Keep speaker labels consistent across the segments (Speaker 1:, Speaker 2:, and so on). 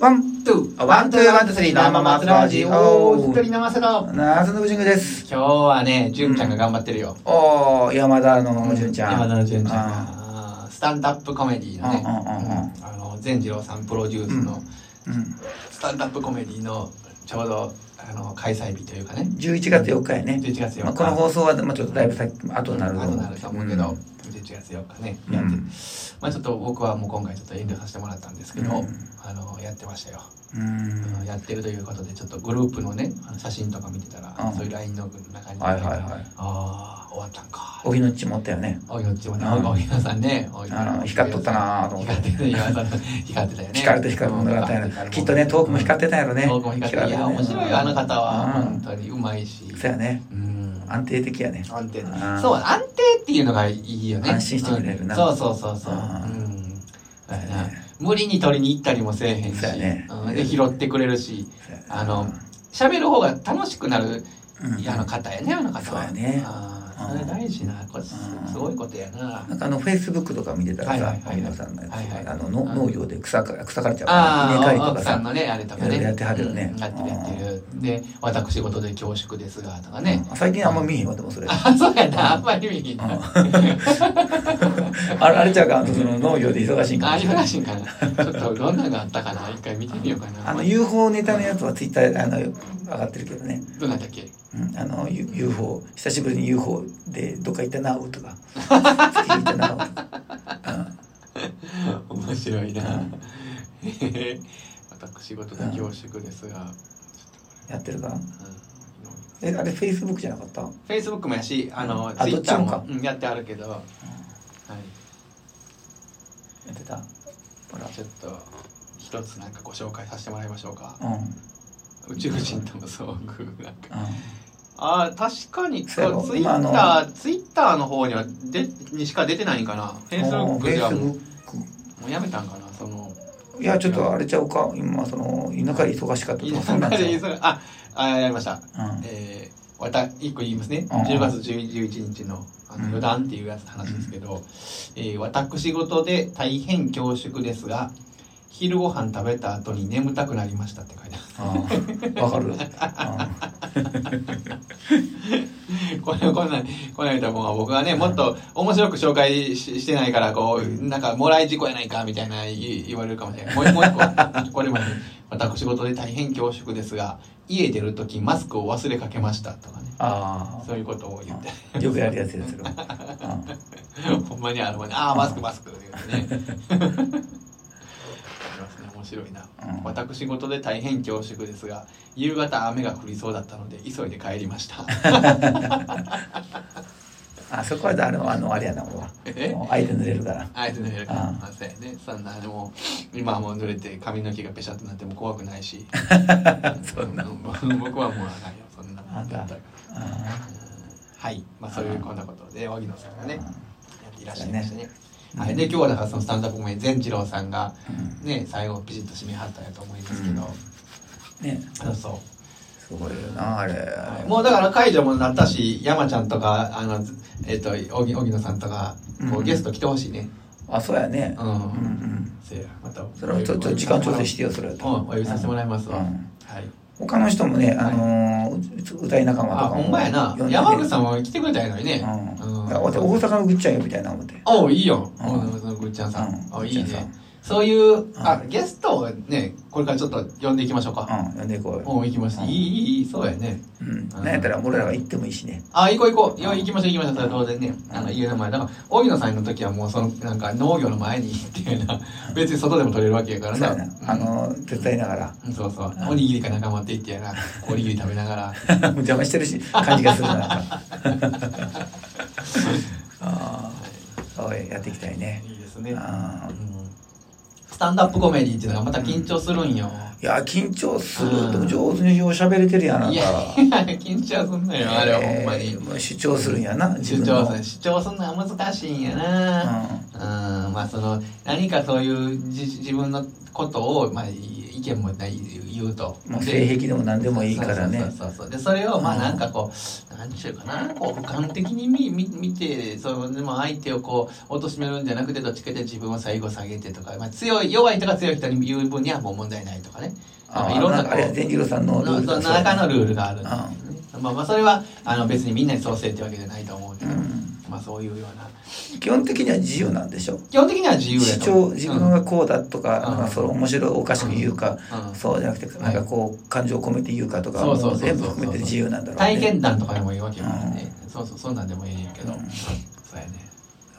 Speaker 1: ワン、ツー、あワン、ツー、ワン、ツー、スリー、生松ラジ
Speaker 2: おー、
Speaker 1: オ
Speaker 2: 一。人生せろ。
Speaker 1: 夏のブジングです。
Speaker 2: 今日はね、純ちゃんが頑張ってるよ。
Speaker 1: おー、山田の純ちゃん。
Speaker 2: 山田の純ちゃん
Speaker 1: あ
Speaker 2: が。あースタンダップコメディのね、
Speaker 1: うんうんうんうん
Speaker 2: あの善次郎さんプロデュースの
Speaker 1: ーうん。
Speaker 2: スタンダップコメディのちょうどあの開催日というかね、
Speaker 1: 11月4日やね。
Speaker 2: 11月4日
Speaker 1: まあ、この放送は、まあ、ちょっとだいぶ先、後になる
Speaker 2: あとなると思うけど、11月4日ね、やって、
Speaker 1: うん
Speaker 2: まあちょっと僕はもう今回ちょっと遠慮させてもらったんですけど、
Speaker 1: うん
Speaker 2: あのやってましたよ、
Speaker 1: うん。うん
Speaker 2: うんやってるということでちょっとグループのねあの写真とか見てたら、
Speaker 1: うん
Speaker 2: そういう LINE の中に、
Speaker 1: はいはいはい。
Speaker 2: ああ終わったんか
Speaker 1: お日のち持ったよね。
Speaker 2: おいのっちもね、
Speaker 1: うん
Speaker 2: おいのさんね、おい
Speaker 1: あの光っとったなぁと思って
Speaker 2: 光ってたね、今さん光ってたよね。
Speaker 1: 光って光るものがあったよね。きっとね、トークも光ってたやろ
Speaker 2: た
Speaker 1: ね。
Speaker 2: トークも光ってた。いや、面白いよ、あの方は。本
Speaker 1: 当
Speaker 2: 当にうまいし。
Speaker 1: そうやね。
Speaker 2: うん。
Speaker 1: 安定的やね。
Speaker 2: 安定
Speaker 1: うん
Speaker 2: そう、安定っていうのがいいよね。
Speaker 1: 安心してくれるな
Speaker 2: うんそうそうそうそう。う
Speaker 1: うん
Speaker 2: ん。だよな
Speaker 1: そうやね
Speaker 2: 無理に取りに行ったりもせえへんし
Speaker 1: そうやね、
Speaker 2: うんで、拾ってくれるし、
Speaker 1: そうやね
Speaker 2: あの、喋る方が楽しくなる、
Speaker 1: うん
Speaker 2: あの方やね、あの方は。
Speaker 1: そうやね
Speaker 2: あーそれ大事な、これす
Speaker 1: うん
Speaker 2: すごいことやな。
Speaker 1: なんかあのフェイスブックとか見てたら
Speaker 2: は
Speaker 1: さ
Speaker 2: い、はいはい
Speaker 1: 皆さんのやつ
Speaker 2: はいはい
Speaker 1: あのの
Speaker 2: うん
Speaker 1: 農業で草か草刈りちゃう
Speaker 2: あ
Speaker 1: から、稲刈
Speaker 2: あ、
Speaker 1: りと
Speaker 2: 奥
Speaker 1: か
Speaker 2: さんの
Speaker 1: さ、
Speaker 2: ね、あれとか
Speaker 1: いろい
Speaker 2: ね。
Speaker 1: ろやってはるよね
Speaker 2: うんやってるやってる。で、私事で恐縮ですが、とかね。
Speaker 1: うん最近あんま見えへんわでもそれ。あ
Speaker 2: あ、そうやな、あんまり意味に。
Speaker 1: うん
Speaker 2: あ、
Speaker 1: れ あれちゃうか、あのその農業で忙しいんかもしれな
Speaker 2: 忙
Speaker 1: い。
Speaker 2: しいんかな。ちょっとどんなのがあったかな、一回見てみようかな。
Speaker 1: あの UFO ネタのやつはツイッターあの上がってるけどね、
Speaker 2: どうなんだっけ
Speaker 1: うん、あの U- UFO 久しぶりに UFO でどっか行ったなおとか月行ったなおとか、
Speaker 2: 面白いな
Speaker 1: うん。
Speaker 2: へへ私事で恐縮です
Speaker 1: う
Speaker 2: が。
Speaker 1: ん、やってるか。
Speaker 2: うん
Speaker 1: えあれフェイスブックじゃなかった？
Speaker 2: フェイスブックもやし、あの、
Speaker 1: あ
Speaker 2: ツイッター
Speaker 1: どっ
Speaker 2: も
Speaker 1: ち
Speaker 2: うんやってあるけど、は
Speaker 1: やってた。ほら
Speaker 2: い、ちょっと一つなんかご紹介させてもらいましょうか。
Speaker 1: うんうん。
Speaker 2: 宇宙人との遭遇なんか。ああ、確かに、ツイ
Speaker 1: そうやろ
Speaker 2: ッ
Speaker 1: まああ
Speaker 2: タ
Speaker 1: の
Speaker 2: ー、ツイッターの方には、で、にしか出てないんかな。フェイスブックじゃもう、も
Speaker 1: Facebook
Speaker 2: うやめたんかな、その。
Speaker 1: いや、ちょっとあれちゃうか、今、その、稲刈り忙しかったとか、そんなん
Speaker 2: あ
Speaker 1: ちゃう。
Speaker 2: あ、あ、やりました。
Speaker 1: う
Speaker 2: えー、わた、一個言いますね。
Speaker 1: うん
Speaker 2: 10月11日の、あの、
Speaker 1: うん
Speaker 2: 余談っていうやつ話ですけど、えー、私事で大変恐縮ですが、昼ご飯食べた後に眠たくなりましたって書いてあ
Speaker 1: ん。うんわかる。うん
Speaker 2: る。 これ、こんなん、こんなん言うたらもう僕はね、もっと面白く紹介ししてないから、こう、なんか、もらい事故やないか、みたいな言言われるかもしれない。もうもう一個、これまで、私事で大変恐縮ですが、家出るときマスクを忘れかけましたとかね。
Speaker 1: あ
Speaker 2: そういうことを言って。
Speaker 1: あ。よくやるやつやつが。うん
Speaker 2: ほんまにあるもんね。ああ、マスクマスクって言うてね。ありますね。面白いな。
Speaker 1: うん
Speaker 2: 私事で大変恐縮ですが、夕方雨が降りそうだったので、急いで帰りました。
Speaker 1: あそこは、あの、あの、あれやな、俺は。
Speaker 2: え
Speaker 1: もう相手濡れるから。
Speaker 2: あえて濡れるか
Speaker 1: う
Speaker 2: ら
Speaker 1: ん。
Speaker 2: まあそうやね。そんな、でも、今はもう濡れて髪の毛がペシャッとなっても怖くないし。
Speaker 1: そんな
Speaker 2: う僕はもうあかんよ、そんな。
Speaker 1: あんた
Speaker 2: うんはい。まあそういうこんなことで、荻野さんがね、やっていらっしゃいましたね。
Speaker 1: うん
Speaker 2: はい。で、今日はだからそのスタンダップコメディ善次郎さんが、
Speaker 1: うん
Speaker 2: ね、最後ピシッと締めはったんやと思いますけど、
Speaker 1: うんね。
Speaker 2: そうそ
Speaker 1: すごいよな、あれ。
Speaker 2: うもうだから解除もなったし山ちゃんとかあの、ずえっと荻荻野さんとかこ
Speaker 1: う
Speaker 2: うんゲスト来てほしいね
Speaker 1: あ、そうやね。
Speaker 2: う
Speaker 1: うんんうん。
Speaker 2: せやまた
Speaker 1: それはちょっと時間調整してよ、それは
Speaker 2: うんお呼びさせてもらいますわ、
Speaker 1: うん
Speaker 2: はい
Speaker 1: 他の人もね、あのー、歌い仲間と
Speaker 2: あ
Speaker 1: かも。
Speaker 2: ほんまやな
Speaker 1: 呼でね
Speaker 2: 山口さんも来てくれたんやのにね、
Speaker 1: うん。
Speaker 2: うん
Speaker 1: いや俺大阪のぐっちゃん呼びたいな、思って。
Speaker 2: おういいよ、
Speaker 1: う
Speaker 2: うんん、そのぐっちゃんさん、
Speaker 1: うん
Speaker 2: おいい
Speaker 1: ぐっちゃんさ
Speaker 2: ね
Speaker 1: ん
Speaker 2: そういうあ
Speaker 1: うん
Speaker 2: ゲストをねこれからちょっと呼んでいきましょうか、
Speaker 1: うん、呼んでいこうよ。
Speaker 2: おう行きます、
Speaker 1: うん
Speaker 2: いいいいいいそうやね
Speaker 1: うん、なんやったら俺らが行ってもいいしね。
Speaker 2: あ、行こう行こう。よ、行きましょう行きましょう。それは当然ね。あの、家の前。だから、荻野さんの時はもう、その、なんか、農業の前にっていうな。別に外でも取れるわけやから
Speaker 1: そうや
Speaker 2: な。
Speaker 1: な。あの、手伝いながら。
Speaker 2: うん、そうそう
Speaker 1: う。ん
Speaker 2: おにぎりかなんか持って行ってやな。おにぎり食べながら。
Speaker 1: もう邪魔してるし、感じがするな。なん かああ、おいやっていきたいね。
Speaker 2: いいですね。
Speaker 1: あ
Speaker 2: う
Speaker 1: ー
Speaker 2: んスタンダップコメディっていうのがまた緊張するんよ。
Speaker 1: いや、緊張する
Speaker 2: うん。
Speaker 1: でも上手に喋れてるやん、あない
Speaker 2: や
Speaker 1: た。、
Speaker 2: 緊張すんのよ、あれはほんま
Speaker 1: え
Speaker 2: に
Speaker 1: ー。もう主張するんやな。自
Speaker 2: 主
Speaker 1: 分
Speaker 2: 張
Speaker 1: の
Speaker 2: する。主張すんのは難しいんやな。うん、まあその何かそういうじ自分のことを、まあ、い意見もない言うと。
Speaker 1: まあ、
Speaker 2: で
Speaker 1: 性癖でも何でもいいからね
Speaker 2: そうそうそうそうでそれをまあ
Speaker 1: うん
Speaker 2: なんかこう、なんちゅうかなこう俯瞰的に見見見てそのでも相手をこう貶としめるんじゃなくてどっちかで自分を最後下げてとか、まあ、強い弱い人が強い人に言う分にはもう問題ないとかね
Speaker 1: あ
Speaker 2: あ
Speaker 1: あ
Speaker 2: いろんな
Speaker 1: なんかあれ善次郎さんの
Speaker 2: の
Speaker 1: ルール
Speaker 2: そ
Speaker 1: だ
Speaker 2: の
Speaker 1: そうだ
Speaker 2: 中のルールがあるんですね、まあ、まあそれはあの別にみんなにそうせえってわけじゃないと思うけど、
Speaker 1: うん
Speaker 2: まあそういうような
Speaker 1: 基本的には自由なんでしょ
Speaker 2: 基本的には自由
Speaker 1: 主
Speaker 2: やと思
Speaker 1: 張
Speaker 2: う
Speaker 1: 自分がこうだとか,、
Speaker 2: うん
Speaker 1: なんかその面白いおかしく言うか、
Speaker 2: うんうん
Speaker 1: そうじゃなくてなんかこう感情を込めて言うかとか
Speaker 2: そうそう
Speaker 1: も
Speaker 2: そうそう
Speaker 1: 全部含めて自由なんだろうね
Speaker 2: 体験談とかでもいいわけなんで、そうそうそんなんでもいいけど、
Speaker 1: うん
Speaker 2: うんそうやね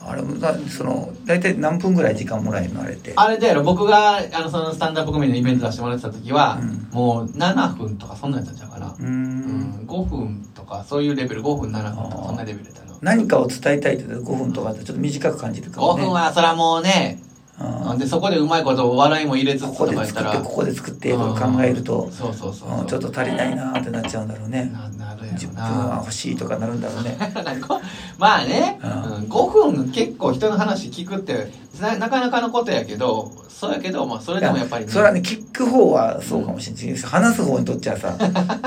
Speaker 1: あれもなその大体何分ぐらい時間もらえるのあれって
Speaker 2: あれだよ僕があのそのスタンダップコメディのイベント出してもらってた時は、
Speaker 1: うん
Speaker 2: もう7分とかそんなんやったんちゃうかな
Speaker 1: う、ー
Speaker 2: うん
Speaker 1: ん
Speaker 2: 5分とかそういうレベル5分7分とかそんなレベルやったの
Speaker 1: 何かを伝えたいって言ったら5分とかってちょっと短く感じるかも
Speaker 2: 5
Speaker 1: ね
Speaker 2: 分はそらもうね、
Speaker 1: うん
Speaker 2: でそこでうまいこと笑いも入れつ
Speaker 1: こ
Speaker 2: つ
Speaker 1: こと
Speaker 2: か
Speaker 1: で
Speaker 2: 言った
Speaker 1: 作っ
Speaker 2: ら
Speaker 1: てここで作ってとか考える
Speaker 2: う
Speaker 1: と
Speaker 2: ん、そうそうそう
Speaker 1: うんちょっと足りないなーってなっちゃうんだろうね
Speaker 2: ななるや
Speaker 1: 10
Speaker 2: ろ
Speaker 1: 分は
Speaker 2: な
Speaker 1: 欲しいとかなるんだろうね
Speaker 2: なんかまあね、
Speaker 1: う
Speaker 2: うんん5分結構人の話聞くってななかなかのことやけどそうやけど、まあ、それでもやっぱり、
Speaker 1: いそれはね聞く方はそうかもしれないですけど話す方にとっちゃさ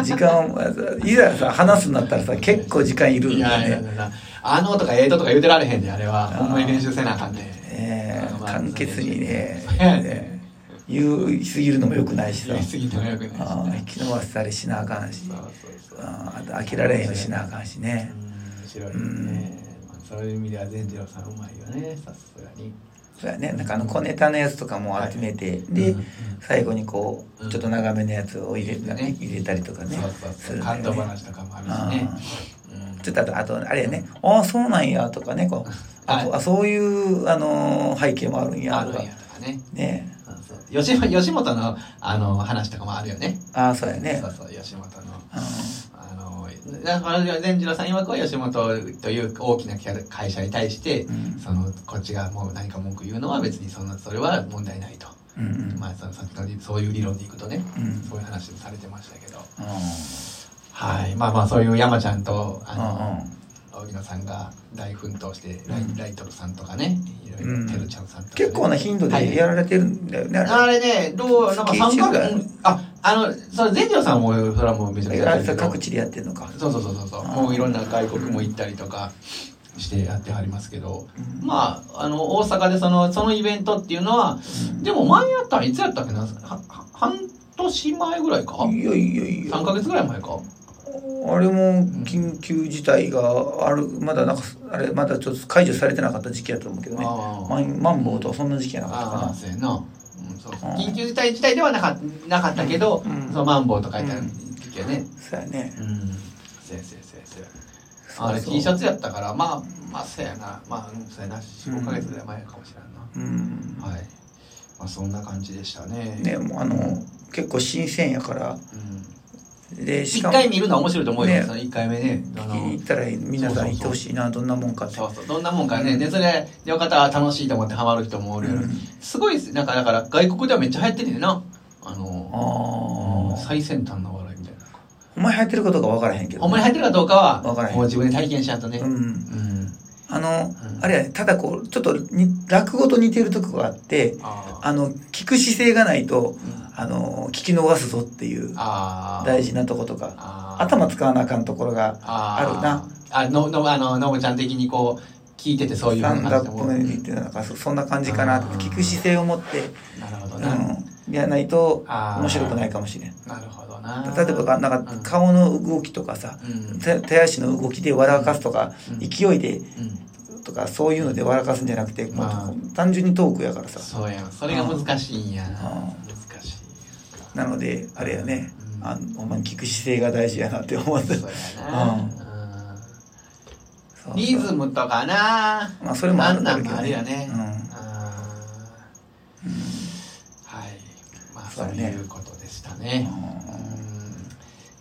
Speaker 1: 時間をいざさ話すんだったらさ結構時間いるん
Speaker 2: いや
Speaker 1: だ
Speaker 2: いや
Speaker 1: よ
Speaker 2: い
Speaker 1: ね
Speaker 2: やいやあのとかええととか言うてられへんであれは
Speaker 1: あー
Speaker 2: ほんまに練習せなあかんで、
Speaker 1: ええ
Speaker 2: まあ
Speaker 1: 簡潔にね
Speaker 2: そうやね
Speaker 1: ね言いすぎるのもよくないしさ
Speaker 2: 言い過ぎてもよくないしね
Speaker 1: ああ引き伸ばしたりしなあかんし
Speaker 2: そうそうそう
Speaker 1: あああと飽きられへんようにしなあかんしね
Speaker 2: うん白いね、まあ、そういう意味では善次郎さんうまいよねさすがに
Speaker 1: そうやねなんかあの小ネタのやつとかも集めてで
Speaker 2: うんうん
Speaker 1: 最後にこう
Speaker 2: うん
Speaker 1: ちょっと長めのやつを入れた
Speaker 2: ね
Speaker 1: 入れたりとかね
Speaker 2: そうそう
Speaker 1: す
Speaker 2: そ
Speaker 1: る
Speaker 2: うん
Speaker 1: だよ
Speaker 2: 感
Speaker 1: ね
Speaker 2: 動話とかもあるしね
Speaker 1: ああ
Speaker 2: うん
Speaker 1: ちょっとあと、あとあれやね、ああ、そうなんやとかね、こう、あ
Speaker 2: はい
Speaker 1: あそういう、あのー背景もあるんや
Speaker 2: あ
Speaker 1: と
Speaker 2: る
Speaker 1: か
Speaker 2: ん、やとかね
Speaker 1: ね
Speaker 2: そうそう吉吉本のあの話とかもあるよね
Speaker 1: ああ、そうやね
Speaker 2: そ。うそう吉本の
Speaker 1: う
Speaker 2: あのだから善次郎さん曰くは吉本という大きな会社に対して、
Speaker 1: うん
Speaker 2: そのこっちがもう何か文句言うのは別にそんなそれは問題ないと、
Speaker 1: んうんうん
Speaker 2: まあそのさっきのそういう理論でいくとね、
Speaker 1: うん
Speaker 2: そういう話されてましたけど
Speaker 1: う
Speaker 2: はいまあまあそういう山ちゃんとあ
Speaker 1: んうん
Speaker 2: の、
Speaker 1: うん
Speaker 2: 荻野さんが大奮闘してライ,、
Speaker 1: うん
Speaker 2: ライトルさんとかねいろいろ、
Speaker 1: うん
Speaker 2: てるちゃんさんとかね、
Speaker 1: 結構な頻度でやられてるんだよね、
Speaker 2: あ
Speaker 1: あ
Speaker 2: れね、どう、なんか
Speaker 1: 月
Speaker 2: 三
Speaker 1: 一
Speaker 2: ヶ
Speaker 1: ぐらい
Speaker 2: 月、うんあ、あの、それ、善次郎さんも、それはもうめちゃく
Speaker 1: れ。
Speaker 2: ちゃや
Speaker 1: あ
Speaker 2: って
Speaker 1: れさ、
Speaker 2: るけど
Speaker 1: 各地でやってるのか。
Speaker 2: そうそうそうそうそう
Speaker 1: あー
Speaker 2: もういろんな外国も行ったりとかしてやってはりますけど、
Speaker 1: うん
Speaker 2: まああの大阪でそのそのイベントっていうのは
Speaker 1: うん
Speaker 2: でも前やったらいつやったっけなはは半年前ぐらいか
Speaker 1: いやいやいや
Speaker 2: 3。ヶ月ぐらい前か
Speaker 1: あれも緊急事態がある、まだなんか、あれ、まだちょっと解除されてなかった時期やと思うけどね。
Speaker 2: あ
Speaker 1: マンマンボウとかそんな時期やなかったか
Speaker 2: ああ
Speaker 1: な。
Speaker 2: そうやな、うん、そうそう
Speaker 1: うん
Speaker 2: 緊急事態自体ではなかなかったけど、
Speaker 1: うん
Speaker 2: そのマンボウとかいた
Speaker 1: うん
Speaker 2: 時はね
Speaker 1: そうやね。
Speaker 2: うんせやせやせやせやあれ
Speaker 1: そうそう
Speaker 2: T シャツやったからまあまあせやなまあうんせやな45ヶ月ぐらい前かもしれんな、
Speaker 1: うん。
Speaker 2: はい。まあそんな感じでしたね。
Speaker 1: ね、もうあの、結構新鮮やから、
Speaker 2: うん。
Speaker 1: で、し
Speaker 2: 一
Speaker 1: かも、
Speaker 2: 回見るのは面白いと思うよ。
Speaker 1: ね
Speaker 2: その一回目ね。あ
Speaker 1: 聞きに
Speaker 2: の
Speaker 1: 行ったら皆さん行ってほしいなどんなもんかって
Speaker 2: そうそう。どんなもんかね。で、それでよかったら楽しいと思ってハマる人もおるやろ
Speaker 1: うん
Speaker 2: すごいです。なんかだから外国ではめっちゃ流行ってるねんな。あの、
Speaker 1: ああ
Speaker 2: 最先端の笑いみたいな。
Speaker 1: お前入ってることが分からへんけど
Speaker 2: ほんまに流行ってるかどうか
Speaker 1: わからへん、
Speaker 2: はもう自分で体験しちゃうとね。
Speaker 1: う
Speaker 2: うん。
Speaker 1: んあの、
Speaker 2: ん
Speaker 1: あれやねただこうちょっとに落語と似てるとこがあって
Speaker 2: あー
Speaker 1: あの聞く姿勢がないと
Speaker 2: うん
Speaker 1: あの聞き逃すぞっていう
Speaker 2: あー。
Speaker 1: 大事なとことか
Speaker 2: あー
Speaker 1: 頭使わなあかんところが
Speaker 2: あー
Speaker 1: あるな。
Speaker 2: あ、の、の、あの、のぶちゃん的にこう、聞いててそういう
Speaker 1: サン
Speaker 2: 感
Speaker 1: ダ
Speaker 2: じでも
Speaker 1: ップメディってなんかそそんな感じかなって
Speaker 2: うん
Speaker 1: 聞く姿勢を持って、
Speaker 2: なるほど
Speaker 1: う
Speaker 2: な。
Speaker 1: ん、やらないと
Speaker 2: あー
Speaker 1: 面白くないかもしれん
Speaker 2: なるほどな。
Speaker 1: 例えばなん
Speaker 2: う
Speaker 1: か
Speaker 2: ん
Speaker 1: 顔の動きとかさ、
Speaker 2: うん
Speaker 1: 手手足の動きで笑かすとか、
Speaker 2: うん
Speaker 1: 勢いで
Speaker 2: うん、
Speaker 1: とかそういうので笑かすんじゃなくて、もう
Speaker 2: ま
Speaker 1: 単純にトークやからさ
Speaker 2: そうやんそれが難しいんや
Speaker 1: あ
Speaker 2: 難しい
Speaker 1: なのであれやね、
Speaker 2: うん
Speaker 1: あほんまに聞く姿勢が大事やなって思って
Speaker 2: そうやな、
Speaker 1: うん
Speaker 2: うんリズムとかな
Speaker 1: まあそれもあるんだろ
Speaker 2: な
Speaker 1: うんけ
Speaker 2: な
Speaker 1: ど
Speaker 2: んもあ
Speaker 1: ね
Speaker 2: るよね、
Speaker 1: うん
Speaker 2: はいまあ
Speaker 1: そ
Speaker 2: そうう
Speaker 1: やね
Speaker 2: いうことでしたね、
Speaker 1: うん
Speaker 2: うん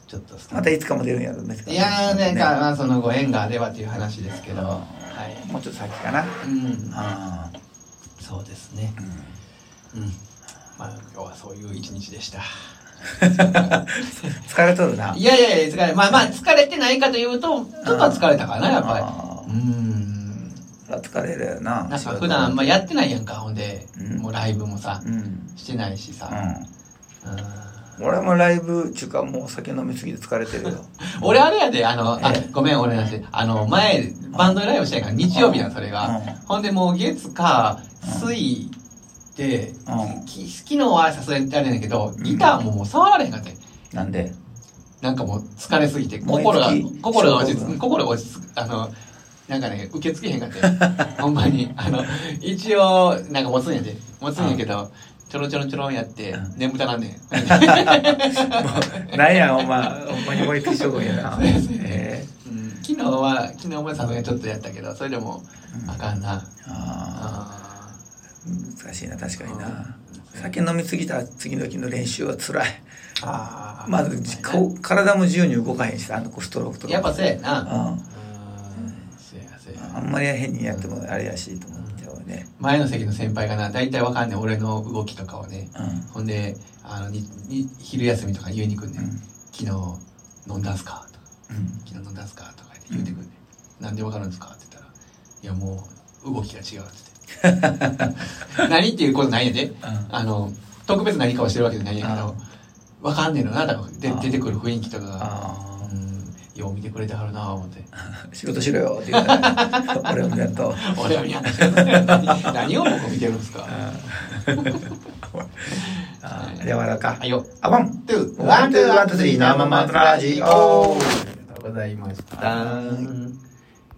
Speaker 2: ちょっとスタ
Speaker 1: またいつかも出るんやろうね
Speaker 2: いやーなんか、まあ、そのご縁があればという話ですけど、はい、
Speaker 1: もうちょっと先かな
Speaker 2: うん、
Speaker 1: あ
Speaker 2: そうですね
Speaker 1: ー、うん
Speaker 2: うんまあ今日はそういう一日でした
Speaker 1: 疲れとるない
Speaker 2: やいやいや、疲れ、まあまあ、疲れてないかというと、ちょっとは疲れたかな、やっぱ
Speaker 1: あ
Speaker 2: り。うーん。
Speaker 1: 疲れるやな
Speaker 2: なんか普段あんまやってないやんか、ほんで
Speaker 1: うん、
Speaker 2: もうライブもさ
Speaker 1: う、んうん
Speaker 2: してないしさ。うん
Speaker 1: 俺もライブ中かもう酒飲みすぎて疲れてるよ
Speaker 2: 俺あれやで、あの、あ
Speaker 1: ええ
Speaker 2: ごめん、俺なし。あの、前、バンドライブしたいから、日曜日やん、それ
Speaker 1: う
Speaker 2: が
Speaker 1: ん。
Speaker 2: ほんで、もう月か、
Speaker 1: うん
Speaker 2: 水で、
Speaker 1: うん
Speaker 2: き昨日はさすがにあれやねんけど、ギターももう触られへんかったよ
Speaker 1: なんで
Speaker 2: なんかもう疲れすぎて、
Speaker 1: 燃え
Speaker 2: 心が
Speaker 1: 尽き、
Speaker 2: 心が落ち
Speaker 1: 症候
Speaker 2: 着
Speaker 1: 群
Speaker 2: く、心が落ち着く、あの、なんかね、受け付けへんかった よ。ほんまに。あの、一応、なんか持つんやで。持つんやけど、ちょろちょろちょろんやって
Speaker 1: う、
Speaker 2: 眠たなんねん。
Speaker 1: なんやお前ほんまに燃えてきしょやな
Speaker 2: そうですね
Speaker 1: え
Speaker 2: うん昨日は、昨日もさすがにちょっとやったけど、それでも、あかんな。
Speaker 1: ーあ
Speaker 2: あ
Speaker 1: ー難しいな確かにな
Speaker 2: うん
Speaker 1: 酒飲みすぎた次の日の練習は辛い
Speaker 2: ーあー。
Speaker 1: まずこう体も自由に動かへんしさあの子ストロークとか
Speaker 2: やっぱそうやな。
Speaker 1: うん
Speaker 2: うんせやせや
Speaker 1: あんまり変にやってもあれやしと思っちゃうね
Speaker 2: 前の席の先輩がな、大体わかんねん、俺の動きとかをね。
Speaker 1: うん
Speaker 2: ほんで、あの、に、に、昼休みとか言いに来んね。
Speaker 1: うんん
Speaker 2: 昨日飲んだんすかとか
Speaker 1: うん
Speaker 2: 昨日飲んだんすかとか言ってくんね、ん、なんでわかるんですかって言ったらいやもう動きが違うって言って 何っていうことないんやであの特別何かをしてるわけじゃないんやけどわかんねえのな多分で
Speaker 1: あー
Speaker 2: 出てくる雰囲気とかが
Speaker 1: あー
Speaker 2: うんよう見てくれてはるなぁ思って
Speaker 1: 仕事しろよって言うから 俺を見ると
Speaker 2: 俺は見やん何何を僕見てるんですか
Speaker 1: ああ ー、ではだか
Speaker 2: は。いよ
Speaker 1: あ、ワン、
Speaker 2: トゥ
Speaker 1: ワン、ツー、ワン、ツー、スリー、生マトラジオ
Speaker 2: ありがとうございました
Speaker 1: はー